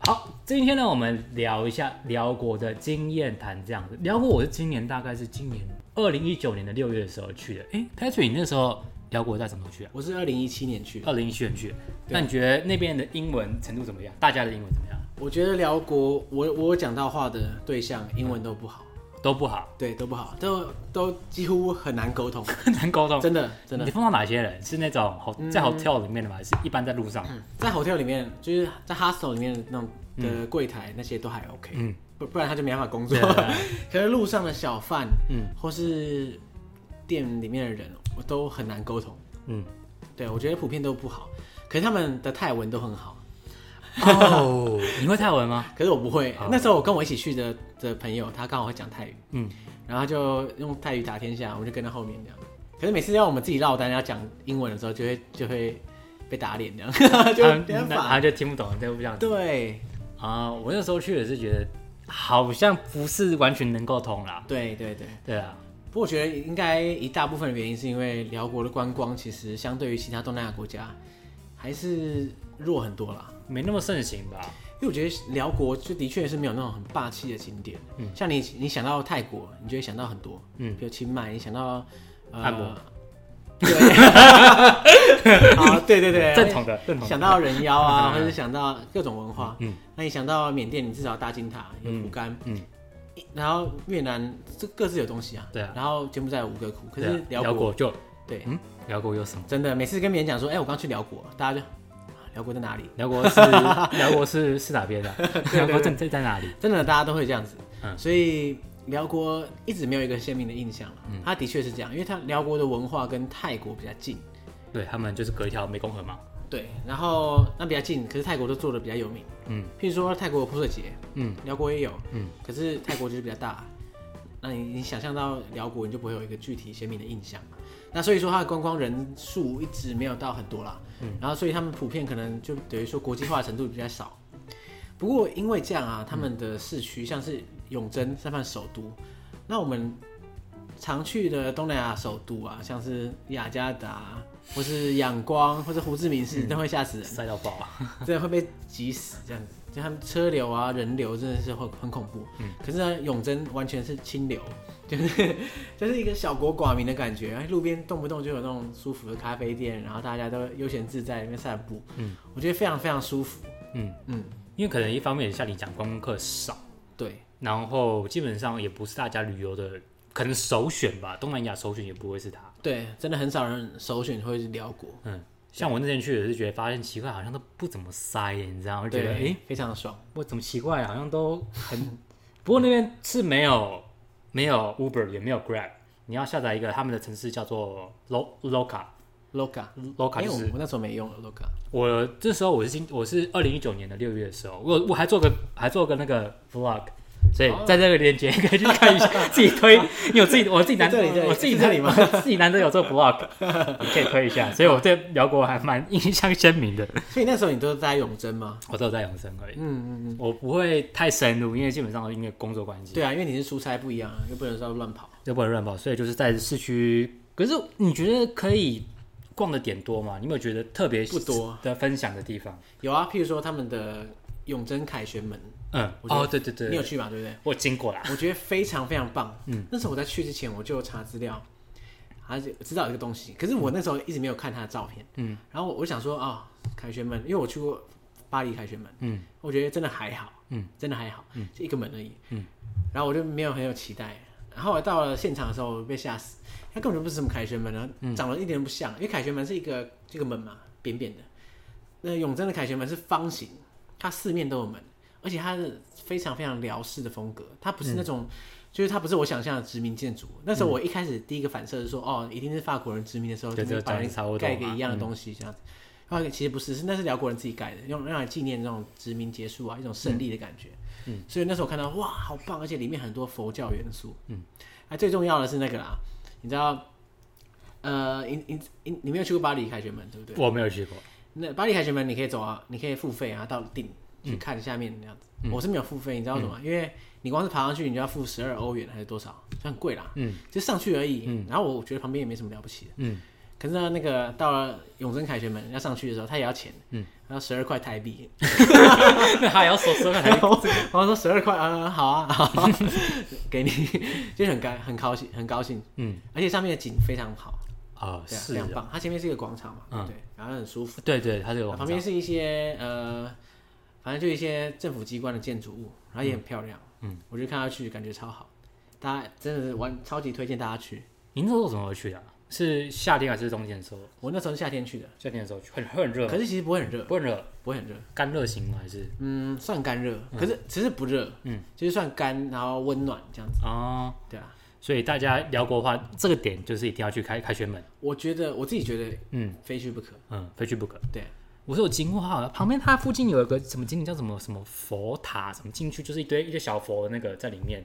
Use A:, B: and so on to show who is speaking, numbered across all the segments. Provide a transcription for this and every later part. A: 好，今天呢，我们聊一下辽国的经验谈，这样子。辽国我是今年大概是今年二零一九年的六月的时候去的。哎，Patrick，你那时候辽国在什么时候去啊？
B: 我是二零一七年去的，
A: 二零一七年去的。
B: 啊
A: 那你觉得那边的英文程度怎么样？大家的英文怎么样？
B: 我觉得辽国，我我有讲到话的对象英文都不好，
A: 都不好，
B: 对，都不好，都都几乎很难沟通，
A: 很难沟通。
B: 真的真
A: 你
B: 的。嗯
A: 碰到哪些人？是那种好在 hotel 里面的吗？还是一般在路上？
B: 在 hotel 里面，就是在 hostel 里面的那种的柜台那些都还 OK，
A: 嗯
B: 不不然他就没办法工作
A: 对对对。
B: 可是路上的小贩，
A: 嗯
B: 嗯，或是店里面的人，我都很难沟通。
A: 嗯，
B: 对我觉得普遍都不好，可是他们的泰文都很好，
A: 哦， 你会泰文吗？
B: 可是我不会
A: 好。
B: 那时候我跟我一起去的的朋友，他刚好会讲泰语，
A: 嗯，
B: 然后他就用泰语打天下，我们就跟在后面这样。可是每次要我们自己落单要讲英文的时候，就会就会被打脸这样， 就
A: 他
B: 没办
A: 啊那
B: 法。
A: 他就听不懂，对不这样子。
B: 对
A: 啊，我那时候去也是觉得好像不是完全能够通啦。
B: 对对对，
A: 对啊，
B: 不过我觉得应该一大部分的原因是因为辽国的观光其实相对于其他东南亚国家还是弱很多啦。
A: 没那么盛行吧？
B: 因为我觉得辽国就的确是没有那种很霸气的景点，嗯，像你你想到泰国，你就会想到很多，
A: 嗯
B: 嗯，比如清迈，你想到、呃
A: 按摩，
B: 对， 啊，对对 对，
A: 正统的，正统的。
B: 哎想到人妖啊，或者想到各种文化，
A: 嗯
B: 嗯，那你想到缅甸，你至少大金塔有苦干，
A: 嗯
B: 嗯，然后越南这各自有东西啊，
A: 对啊
B: 然后柬埔寨有五个窟，可
A: 对啊
B: 是辽
A: 辽
B: 国
A: 国就
B: 对，
A: 嗯，辽国有什 么？
B: 真的每次跟别人讲说，哎，我刚去辽国，大家就啊辽国在哪里？
A: 辽国 是辽国是是哪边的？辽
B: 对
A: 国在在在哪里？
B: 真的大家都会这样子，
A: 嗯
B: 所以辽国一直没有一个鲜明的印象了。它的确是这样，因为它辽国的文化跟泰国比较近，
A: 对他们就是隔一条湄公河嘛。
B: 对，然后那比较近，可是泰国都做的比较有名，
A: 嗯
B: 譬如说泰国有泼水节，
A: 嗯，
B: 辽国也有，
A: 嗯
B: 嗯，可是泰国就是比较大。那你你想象到辽国，你就不会有一个具体鲜明的印象。那所以说它的观光人数一直没有到很多啦，
A: 嗯
B: 然后所以他们普遍可能就等于说国际化的程度比较少。不过因为这样啊，他们的市
A: 嗯
B: 区像是永贞、三藩首都，那我们常去的东南亚首都啊，像是雅加达或是仰光或是胡志明市，
A: 嗯
B: 都会吓死人。
A: 塞到爆啊！
B: 真的会被挤死这样子。就他们车流啊、人流真的是会很恐怖。
A: 嗯
B: 可是呢，永贞完全是清流，就是 就是一个小国寡民的感觉。哎路边动不动就有那种舒服的咖啡店，然后大家都悠闲自在在那边散步。
A: 嗯
B: 我觉得非常非常舒服。
A: 嗯，
B: 嗯，
A: 因为可能一方面像你讲观光客少，
B: 对
A: 然后基本上也不是大家旅游的可能首选吧，东南亚首选也不会是它。
B: 对，真的很少人首选会是辽国，
A: 嗯，像我那天去也是觉得发现奇怪，好像都不怎么塞耶，你知道吗？我就觉
B: 对，
A: 得哎、诶
B: 非常的爽。
A: 我怎么奇怪，啊好像都很……不过那边是没有没有 Uber 也没有 Grab，你要下载一个他们的城市叫做 Lo Loca
B: Loca，
A: Loca，
B: 因
A: 就
B: 为我
A: 是
B: 我那时候没用 Loca，
A: 我这时候我是今我是二零一九年的六月的时候，我我还做个还做个那个 vlog。所以
B: 哦
A: 在这个链接可以去看一 下，自己推，因为我自己我自己难
B: 在这里在这里
A: 我自己
B: 是这里吗？
A: 自己难得有做 vlog，你可以推一下。所以我对辽国还蛮印象鲜明的。
B: 所以那时候你都是在永贞 吗？
A: 我都有在养生而已，
B: 嗯嗯嗯，
A: 我不会太深入，因为基本上因为工作关系，
B: 对啊，因为你是出差不一样啊，又不能说乱跑。
A: 就不能乱跑，所以就是在市区。可是你觉得可以逛的点多吗？你有没有觉得特别
B: 不多啊
A: 的分享的地方？
B: 有啊，譬如说他们的永贞凯旋门，
A: 嗯，
B: 我觉得
A: 哦，对对
B: 你有
A: 对，
B: 去嘛？对不对？
A: 我经过啦。
B: 我觉得非常非常棒。嗯，那时候我在去之前我就查资料，而且知道有一个东西，可是我那时候一直没有看他的照片。嗯，然后我想说啊、凯旋门，因为我去过巴黎凯旋门，
A: 嗯，
B: 我觉得真的还好，
A: 嗯，
B: 真的还好，嗯，就一个门而已，嗯，然后我就没有很有期待。然后我到了现场的时候，我被吓死，它根本就不是什么凯旋门啊，
A: 嗯
B: 长得一点都不像，因为凯旋门是一个这个门嘛，扁扁的。那永贞的凯旋门是方形，它四面都有门，而且它是非常非常辽式的风格，它不
A: 嗯
B: 是那种，就是它不是我想象的殖民建筑。那时候我一开始第一个反射是说，哦，一定是法国人殖民的时候，
A: 对
B: 就是
A: 这
B: 把
A: 长得差不多嗯
B: 盖一个
A: 嘛
B: 一样的东西这样子。然后其实不是，是那是辽国人自己盖的，用让来纪念那种殖民结束啊，一种胜利的感觉。嗯，所以那时候我看到哇，好棒，而且里面很多佛教元素。嗯，还最重要的是那个啦，你知道，呃，你你你你没有去过巴黎凯旋门对不对？
A: 我没有去过，
B: 那巴黎凯旋门你可以走啊，你可以付费啊，到顶
A: 嗯
B: 去看下面那样子。我是没有付费，你知道为什么吗？因为你光是爬上去，你就要付十二欧元还是多少，就很贵啦。
A: 嗯，
B: 就上去而已。然后我觉得旁边也没什么了不起的。
A: 嗯，
B: 可是呢，那个到了永贞凯旋门要上去的时候，它也要钱。
A: 嗯，
B: 然后十二块台币，
A: 那还要说说看
B: 然后我说十二块，嗯，好啊，好啊 给你，就是很高很高兴，很高兴，
A: 嗯，
B: 而且上面的景非常好，
A: 啊，
B: 对啊，
A: 是
B: 非常
A: 啊，
B: 棒。它前面是一个广场嘛，
A: 嗯
B: 对，然后很舒服，
A: 对对，它这个
B: 旁
A: 网
B: 边
A: 站，
B: 是一些呃，反正就一些政府机关的建筑物，然后也很漂亮，
A: 嗯，
B: 我就看它去，感觉超好，大家真的是玩超级推荐大家去。
A: 您那时候怎么回去的啊？是夏天还是冬天的时候？
B: 我那时候是夏天去的，
A: 夏天的时候去，很很热吗，
B: 可是其实不会很热，
A: 不会很热，
B: 不会很热，
A: 干热型吗？还是
B: 嗯，算干热，可是其实不热，
A: 嗯，
B: 就是算干，然后温暖这样子，
A: 啊？
B: 对啊。
A: 所以大家聊国话，这个点就是一定要去开开学门，
B: 我觉得我自己觉得
A: 嗯
B: 非去不可，
A: 嗯，非去不可。
B: 对啊，
A: 我是有经过哈，旁边它附近有一个什么景点叫什么什么佛塔，什么进去就是一堆一个小佛的那个在里面，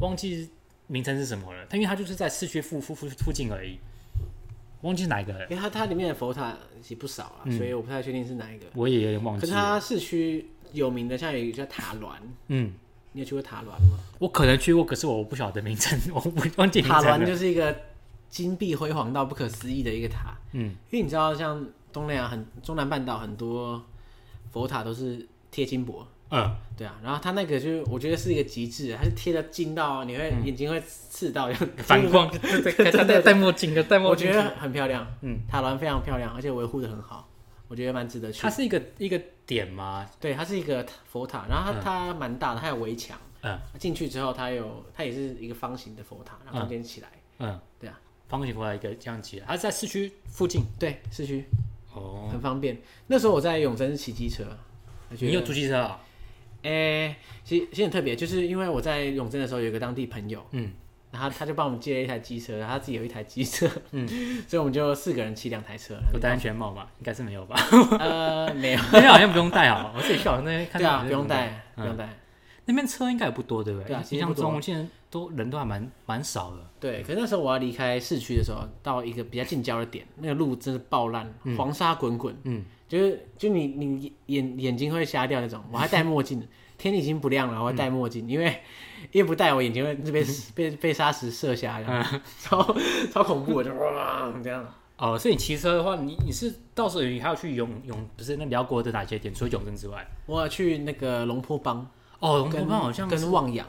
A: 忘记名称是什么了。但因为它就是在市区附附附附近而已，忘记哪一个了，
B: 因为它它里面的佛塔也不少啊，
A: 嗯
B: 所以我不太确定是哪一个。
A: 我也有点忘
B: 可
A: 记
B: 是
A: 了。
B: 它市区有名的，像有一个叫塔峦，
A: 嗯，
B: 你有去过塔峦吗？
A: 我可能去过，可是我不晓得名称，我不忘记名
B: 塔
A: 称
B: 峦
A: 了。
B: 就是一个金碧辉煌到不可思议的一个塔，
A: 嗯，
B: 因为你知道，像东南亚很中南半岛很多佛塔都是贴金箔，
A: 嗯，
B: 对啊，然后它那个就是我觉得是一个极致，它是贴的近到你会、眼睛会刺到，
A: 嗯反 光，对对，戴戴戴墨镜的，戴墨
B: 我
A: 镜
B: 觉。得很漂亮，
A: 嗯，
B: 塔峦非常漂亮，而且维护的很好，我觉得蛮值得去
A: 它。是一个一个点吗？
B: 对，它是一个佛塔，然后它、它蛮大的，它有围墙，啊
A: 嗯
B: 进去之后它有它也是一个方形的佛塔，然后中间起来，
A: 嗯，
B: 对啊，
A: 方形佛塔一个这样起来，它是在市区附近。
B: 对，市区
A: 哦，
B: 很方便。那时候我在永贞骑机车，我觉
A: 你有
B: 得
A: 租机车啊？
B: 诶、其实其实很特别，就是因为我在永贞的时候有一个当地朋友，
A: 嗯，
B: 然后他就帮我们借了一台机车，然后他自己有一台机车，嗯， 所以我们就四个人骑两 台车。
A: 有戴安全帽吗？应该是没有吧？
B: 呃，没有，
A: 那边好像不用戴啊，我自己去好像那边看
B: 对
A: 到
B: 啊，
A: 好像
B: 不用带，
A: 嗯
B: 不用带。
A: 那边车应该也不多，对不对？
B: 对啊
A: 印
B: 其实
A: 象
B: 不多
A: 中我现在都人都还蛮蛮少的。
B: 对，可是那时候我要离开市区的时候，到一个比较近郊的点，那个路真的爆烂，黄沙滚滚，
A: 嗯，
B: 就是就你你眼眼睛会瞎掉那种。我还戴墨镜，天已经不亮
A: 嗯
B: 了，我还戴墨镜，因为一不戴我眼睛会被被被沙石射瞎，然
A: 嗯
B: 后 超超恐怖，我就哇这样。
A: 哦，所以你骑车的话，你你是到时候你还要去永永，不是那辽国的哪些点？除了永镇之外，
B: 我有去那个龙坡帮，
A: 哦，龙
B: 跟
A: 头邦好像
B: 跟
A: 是
B: 望洋，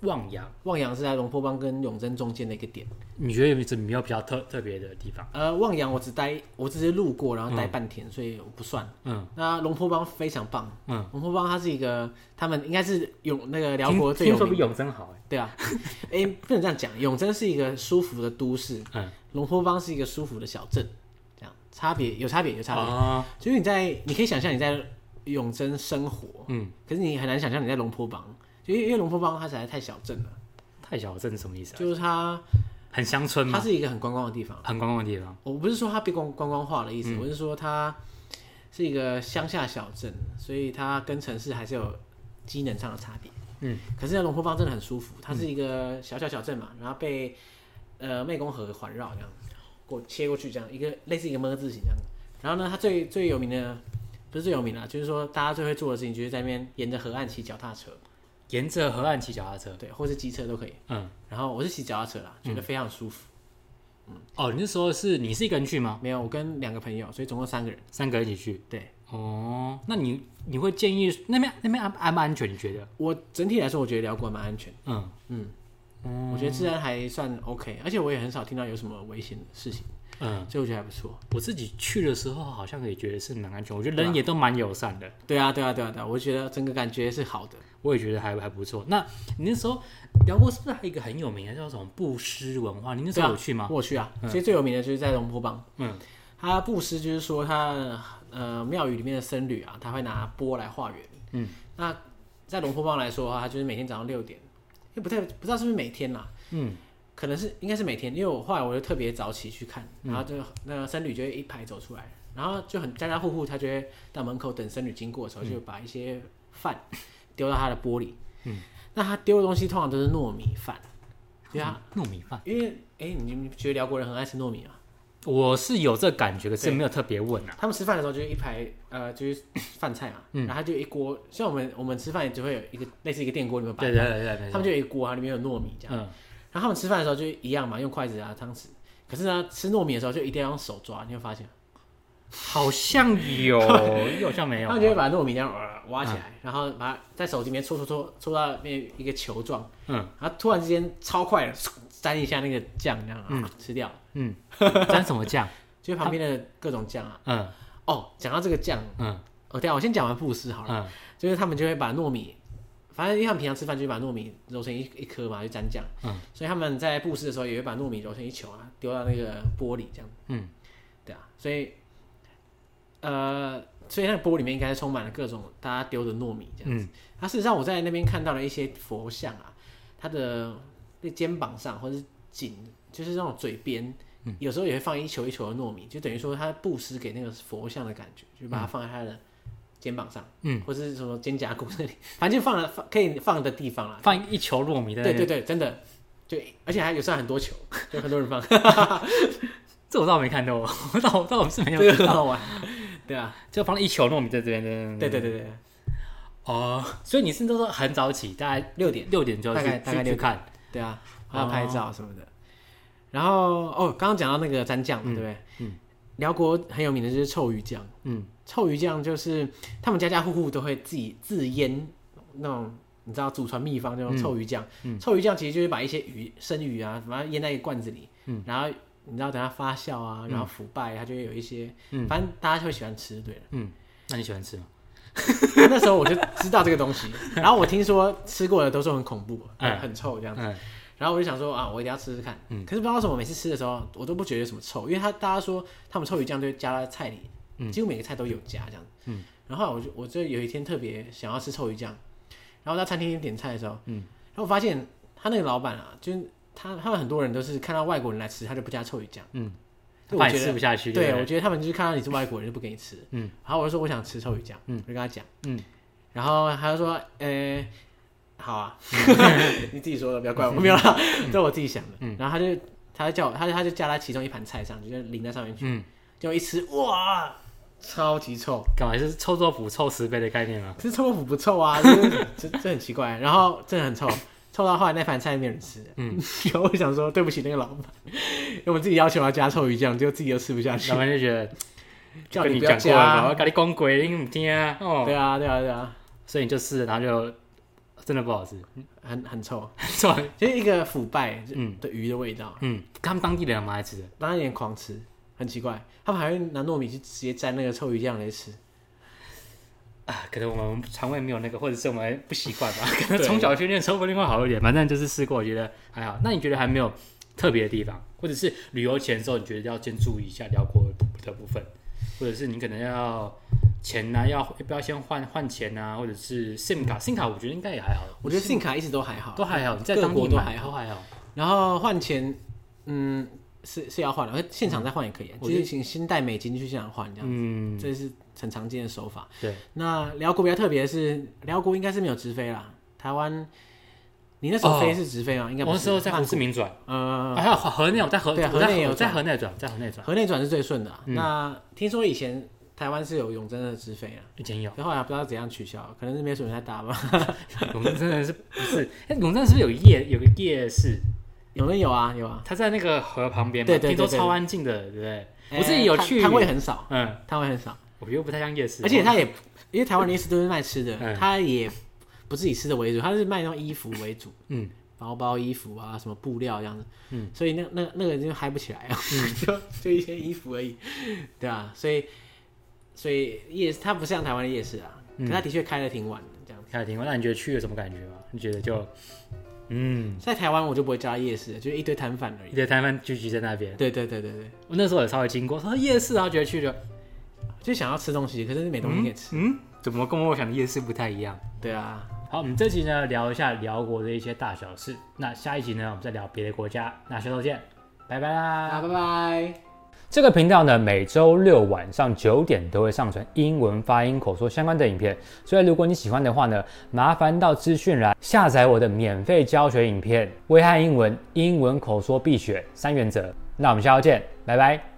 A: 望洋。
B: 望洋是在龙坡帮跟永贞中间的一个点。
A: 你觉得有没有没有比较特特别的地方？
B: 呃，望洋我只待，我只是路过，然后待半天，所以我不算。
A: 嗯
B: 那龙坡帮非常棒，
A: 嗯，
B: 龙坡帮它是一个，他们应该是永那个辽
A: 听
B: 国最
A: 听
B: 有
A: 说比
B: 名，
A: 永贞好哎。
B: 对啊， 哎、不能这样讲，永贞是一个舒服的都市，
A: 嗯，
B: 龙坡帮是一个舒服的小镇，这样差别有差别有差别，
A: 啊，
B: 就是你在你可以想象你在永贞生活，
A: 嗯，
B: 可是你很难想象你在龙坡帮，就因为因为龙坡帮它实在太小镇了，
A: 太小镇是什么意思啊？
B: 就是它
A: 很乡村
B: 它
A: 吗？
B: 是一个很观光的地方，
A: 很观光的地方。
B: 我不是说它被观观光化的意
A: 嗯
B: 思，我是说它是一个乡下小镇，所以它跟城市还是有机能上的差别。
A: 嗯，
B: 可是呢龙坡坊真的很舒服，它是一个小小小镇嘛，然后被呃湄公河环绕这样过切过去，这样一个类似一个么字形这样。然后呢，它最最有名的不是最有名的，就是说大家最会做的事情就是在那边沿着河岸骑脚踏车，
A: 沿着河岸骑脚踏车。
B: 对，或是机车都可以。
A: 嗯，
B: 然后我是骑脚踏车啦，觉得非常舒服。
A: 哦，你那时候是你是一个人去吗？
B: 没有，我跟两个朋友，所以总共三个人。
A: 三个人一起去。
B: 对。
A: 哦，那你你会建议那边那边安安不安全？你觉得？
B: 我整体来说，我觉得辽国蛮安全，
A: 嗯
B: 我觉得治安还算 OK，而且我也很少听到有什么危险的事情，
A: 嗯，
B: 所以我觉得还不错。
A: 我自己去的时候好像也觉得是蛮安全，我觉得人也都蛮友善的，
B: 对啊，对啊，对啊，对啊，我觉得整个感觉是好的。
A: 我也觉得还还不错。那你那时候辽国是不是还有一个很有名的叫什么布施文化？你那时候有去吗？
B: 我有去啊，其实最有名的就是在龙坡帮，
A: 嗯，
B: 他布施就是说他呃庙宇里面的僧侣啊，他会拿钵来化缘。嗯，那在龙坡帮来说的话，他就是每天早上六点，也不太不知道是不是每天啦，
A: 嗯，
B: 可能是应该是每天，因为我后来我就特别早起去看，
A: 嗯
B: 然后就那个僧侣就会一排走出来，然后就很家家户户他就会到门口等僧侣经过的时候，就把一些饭丢到他的玻璃。嗯，那他丢的东西通常都是糯米饭，
A: 嗯
B: 对啊，
A: 糯米饭，
B: 因为哎、你你觉得辽国人很爱吃糯米啊？
A: 我是有这感觉，可是没有特别问啊。
B: 他们吃饭的时候就是一排呃就是饭菜嘛，
A: 嗯
B: 然后他就一锅，像我们我们吃饭也只会有一个类似一个电锅里面摆
A: 对，对对对，没
B: 他
A: 错
B: 们就有一锅，它里面有糯米这
A: 嗯，
B: 样。然后他们吃饭的时候就一样嘛，用筷子啊、汤匙。可是呢，吃糯米的时候就一定要用手抓，你会发现，
A: 好像有，又 好像没有啊
B: 他。们就会把糯米这样呃挖起来，然后把它在手机里面搓搓搓搓到变一个球状，
A: 嗯
B: 然后突然之间超快的沾一下那个酱，这样啊、吃掉，
A: 嗯，沾什么酱？
B: 就是旁边的各种酱啊。
A: 嗯
B: 哦，讲到这个酱，
A: 嗯
B: 哦，对啊，我先讲完布斯好了，
A: 嗯
B: 就是他们就会把糯米，反正因为他们平常吃饭就会把糯米揉成一一颗嘛，就沾酱，
A: 嗯，
B: 所以他们在布施的时候也会把糯米揉成一球啊，丢到那个锅里这样，
A: 嗯，
B: 对啊，所以，呃，所以那个锅里面应该是充满了各种大家丢的糯米这
A: 嗯
B: 样子。它、事实上我在那边看到了一些佛像啊，它的那肩膀上或者是颈，就是那种嘴边。
A: 嗯
B: 有时候也会放一球一球的糯米，就等于说他布施给那个佛像的感觉，就把它放在他的肩膀上，
A: 嗯，
B: 或是什么肩胛骨那里，反正就放了放可以放的地方啦。
A: 放一球糯米在那
B: 对
A: 边。
B: 对对，真的，就而且还有时候很多球，就很多人放，
A: 这我倒没看到，我倒倒是没有
B: 这个
A: 看
B: 很
A: 到，
B: 好玩。对啊，
A: 就放了一球糯米在这边。
B: 对对对对，
A: 哦，所以你是都是很早起，大概
B: 六点，
A: 六点就要去
B: 大概大概
A: 去
B: 六
A: 去
B: 点
A: 看。
B: 对啊，还要拍照什么的。然后哦，刚刚讲到那个蘸酱嘛，对不对？嗯，辽国很有名的就是臭鱼酱，
A: 嗯，
B: 臭鱼酱就是他们家家户户都会自己自腌那种，你知道祖传秘方那种臭鱼酱。臭鱼酱其实就是把一些鱼生鱼啊，把它腌在一个罐子里，然后你知道等它发酵啊，然后腐败，它就会有一些，反正大家会喜欢吃，对了。
A: 那你喜欢吃吗？
B: 那时候我就知道这个东西，然后我听说吃过的都说很恐怖，很很臭这样子。
A: 嗯
B: 然后我就想说啊，我一定要吃吃看。可是不知道为什么每次吃的时候，我都不觉得有什么臭，因为他大家说他们臭鱼酱就加在菜里，几乎每个菜都有加这样。嗯，然后我就我就有一天特别想要吃臭鱼酱，然后在餐厅点菜的时候，嗯，然后我发现他那个老板啊，就是他他们很多人都是看到外国人来吃，他就不加臭鱼酱。
A: 嗯，
B: 就我
A: 怕
B: 觉
A: 你
B: 得
A: 吃不下去。
B: 对，
A: 不
B: 我觉得他们就是看到你是外国人就不给你吃。
A: 嗯，
B: 然后我就说我想吃臭鱼酱，
A: 嗯
B: 我就跟他讲，
A: 嗯，
B: 然后他就说，呃，好啊，
A: 嗯
B: 你自己说的，不 要怪我，没有啦，这是我自己想的。然后他就他就叫我，他就他就加他其中一盘菜上，就是淋在上面去，
A: 嗯，
B: 就一吃，哇，超级臭。
A: 干嘛就是臭豆腐臭十倍的概念 吗？
B: 其实臭豆腐不臭 啊，就是这这很奇怪。然后真的很臭，臭到后来那盘菜没有人吃。嗯， 然后我想说对不起那个老板，因为我自己要求要加臭鱼酱，结果自己又吃不下去
A: 老，板就觉得
B: 叫
A: 跟
B: 你不要
A: 讲过
B: 加
A: 了
B: 啊
A: 嘛，。我跟你讲过，你唔听啊哦，
B: 对啊，对啊，对啊，
A: 所以你就试了，然后就真的不好吃，
B: 很很臭，
A: 是吧？
B: 就是一个腐败
A: 嗯
B: 的鱼的味道，
A: 嗯，他们当地人蛮爱吃的，
B: 当然有点狂吃，很奇怪，他们还会拿糯米去直接沾那个臭鱼酱来吃。
A: 啊，可能我们肠胃没有那个，或者是我们不习 惯吧。可能
B: 对
A: 从小训练之后不定会好一点，反正就是试过，我觉得还好。那你觉得还没有特别的地方，或者是旅游前的时候，你觉得要先注意一下辽国的部分，或者是你可能要钱啊，要要不要先换换钱啊，或者是 SIM 卡，SIM 卡我觉得应该也还好，
B: 我觉得信卡一直都还好，
A: 都还好，你在
B: 各
A: 当地
B: 国都
A: 买
B: 还好
A: 都还好。
B: 然后换钱，嗯，是是要换的，而现场再换也可以啊，
A: 嗯我
B: 就是请先带美金去现场换这样，
A: 嗯，
B: 这是很常见的手法。
A: 对，
B: 那辽国比较特别的是，辽国应该是没有直飞啦，台湾，你那时候
A: 哦
B: 飞是直飞吗？应该
A: 我
B: 不
A: 那
B: 是，
A: 时候在胡
B: 曼
A: 志
B: 谷，
A: 明转，
B: 呃
A: 啊，，还有河内，我在河，
B: 对啊
A: 我在
B: 河内有
A: 我在
B: 转
A: 河内转，在河内转，
B: 河内转是最顺的啊、
A: 嗯
B: 那听说以前台湾是有永贞的直飞啊，
A: 以前有。
B: 可后来不知道怎样取消，可能是没什么人在打吧。
A: 永正真的是不是？哎、永正是不是有夜有个夜市？
B: 永 贞有啊，有啊。
A: 它在那个河旁边嘛，
B: 对对对
A: 听说
B: 对
A: 超安静的，对不对？
B: 哎
A: 我自己有去，
B: 摊摊位很少，
A: 嗯，
B: 摊位很少，
A: 我觉得不太像夜市，哦
B: 而且他也因为台湾的夜市都是卖吃的，
A: 嗯
B: 他也不是以吃的为主，他是卖那种衣服为主，
A: 嗯，
B: 包包、衣服啊，什么布料这样子，
A: 嗯，
B: 所以那那那个就嗨不起来啊， 就就一些衣服而已，对啊，所以所以夜它不像台湾的夜市啊，
A: 嗯
B: 可它的确开的挺晚的这样。
A: 开始听过。那你觉得去有什么感觉吗？你觉得就嗯，
B: 在台湾我就不会叫它夜市，就是一堆摊贩而已
A: 一。堆摊贩聚集在那边。
B: 对对对对对，
A: 我那时候也稍微经过，说哦夜市，啊然后觉得去就
B: 就想要吃东西，可是没东西可以
A: 嗯
B: 吃。
A: 嗯，怎么跟我想的夜市不太一样？
B: 对啊，
A: 好，我们这集呢聊一下辽国的一些大小事，那下一集呢我们再聊别的国家。那下周见，拜拜啦！
B: 啊，拜拜。
A: 这个频道呢，每周六晚上九点都会上传英文发音口说相关的影片，所以如果你喜欢的话呢，麻烦到资讯栏下载我的免费教学影片《危害英文：英文口说必学三原则》。那我们下周见，拜拜。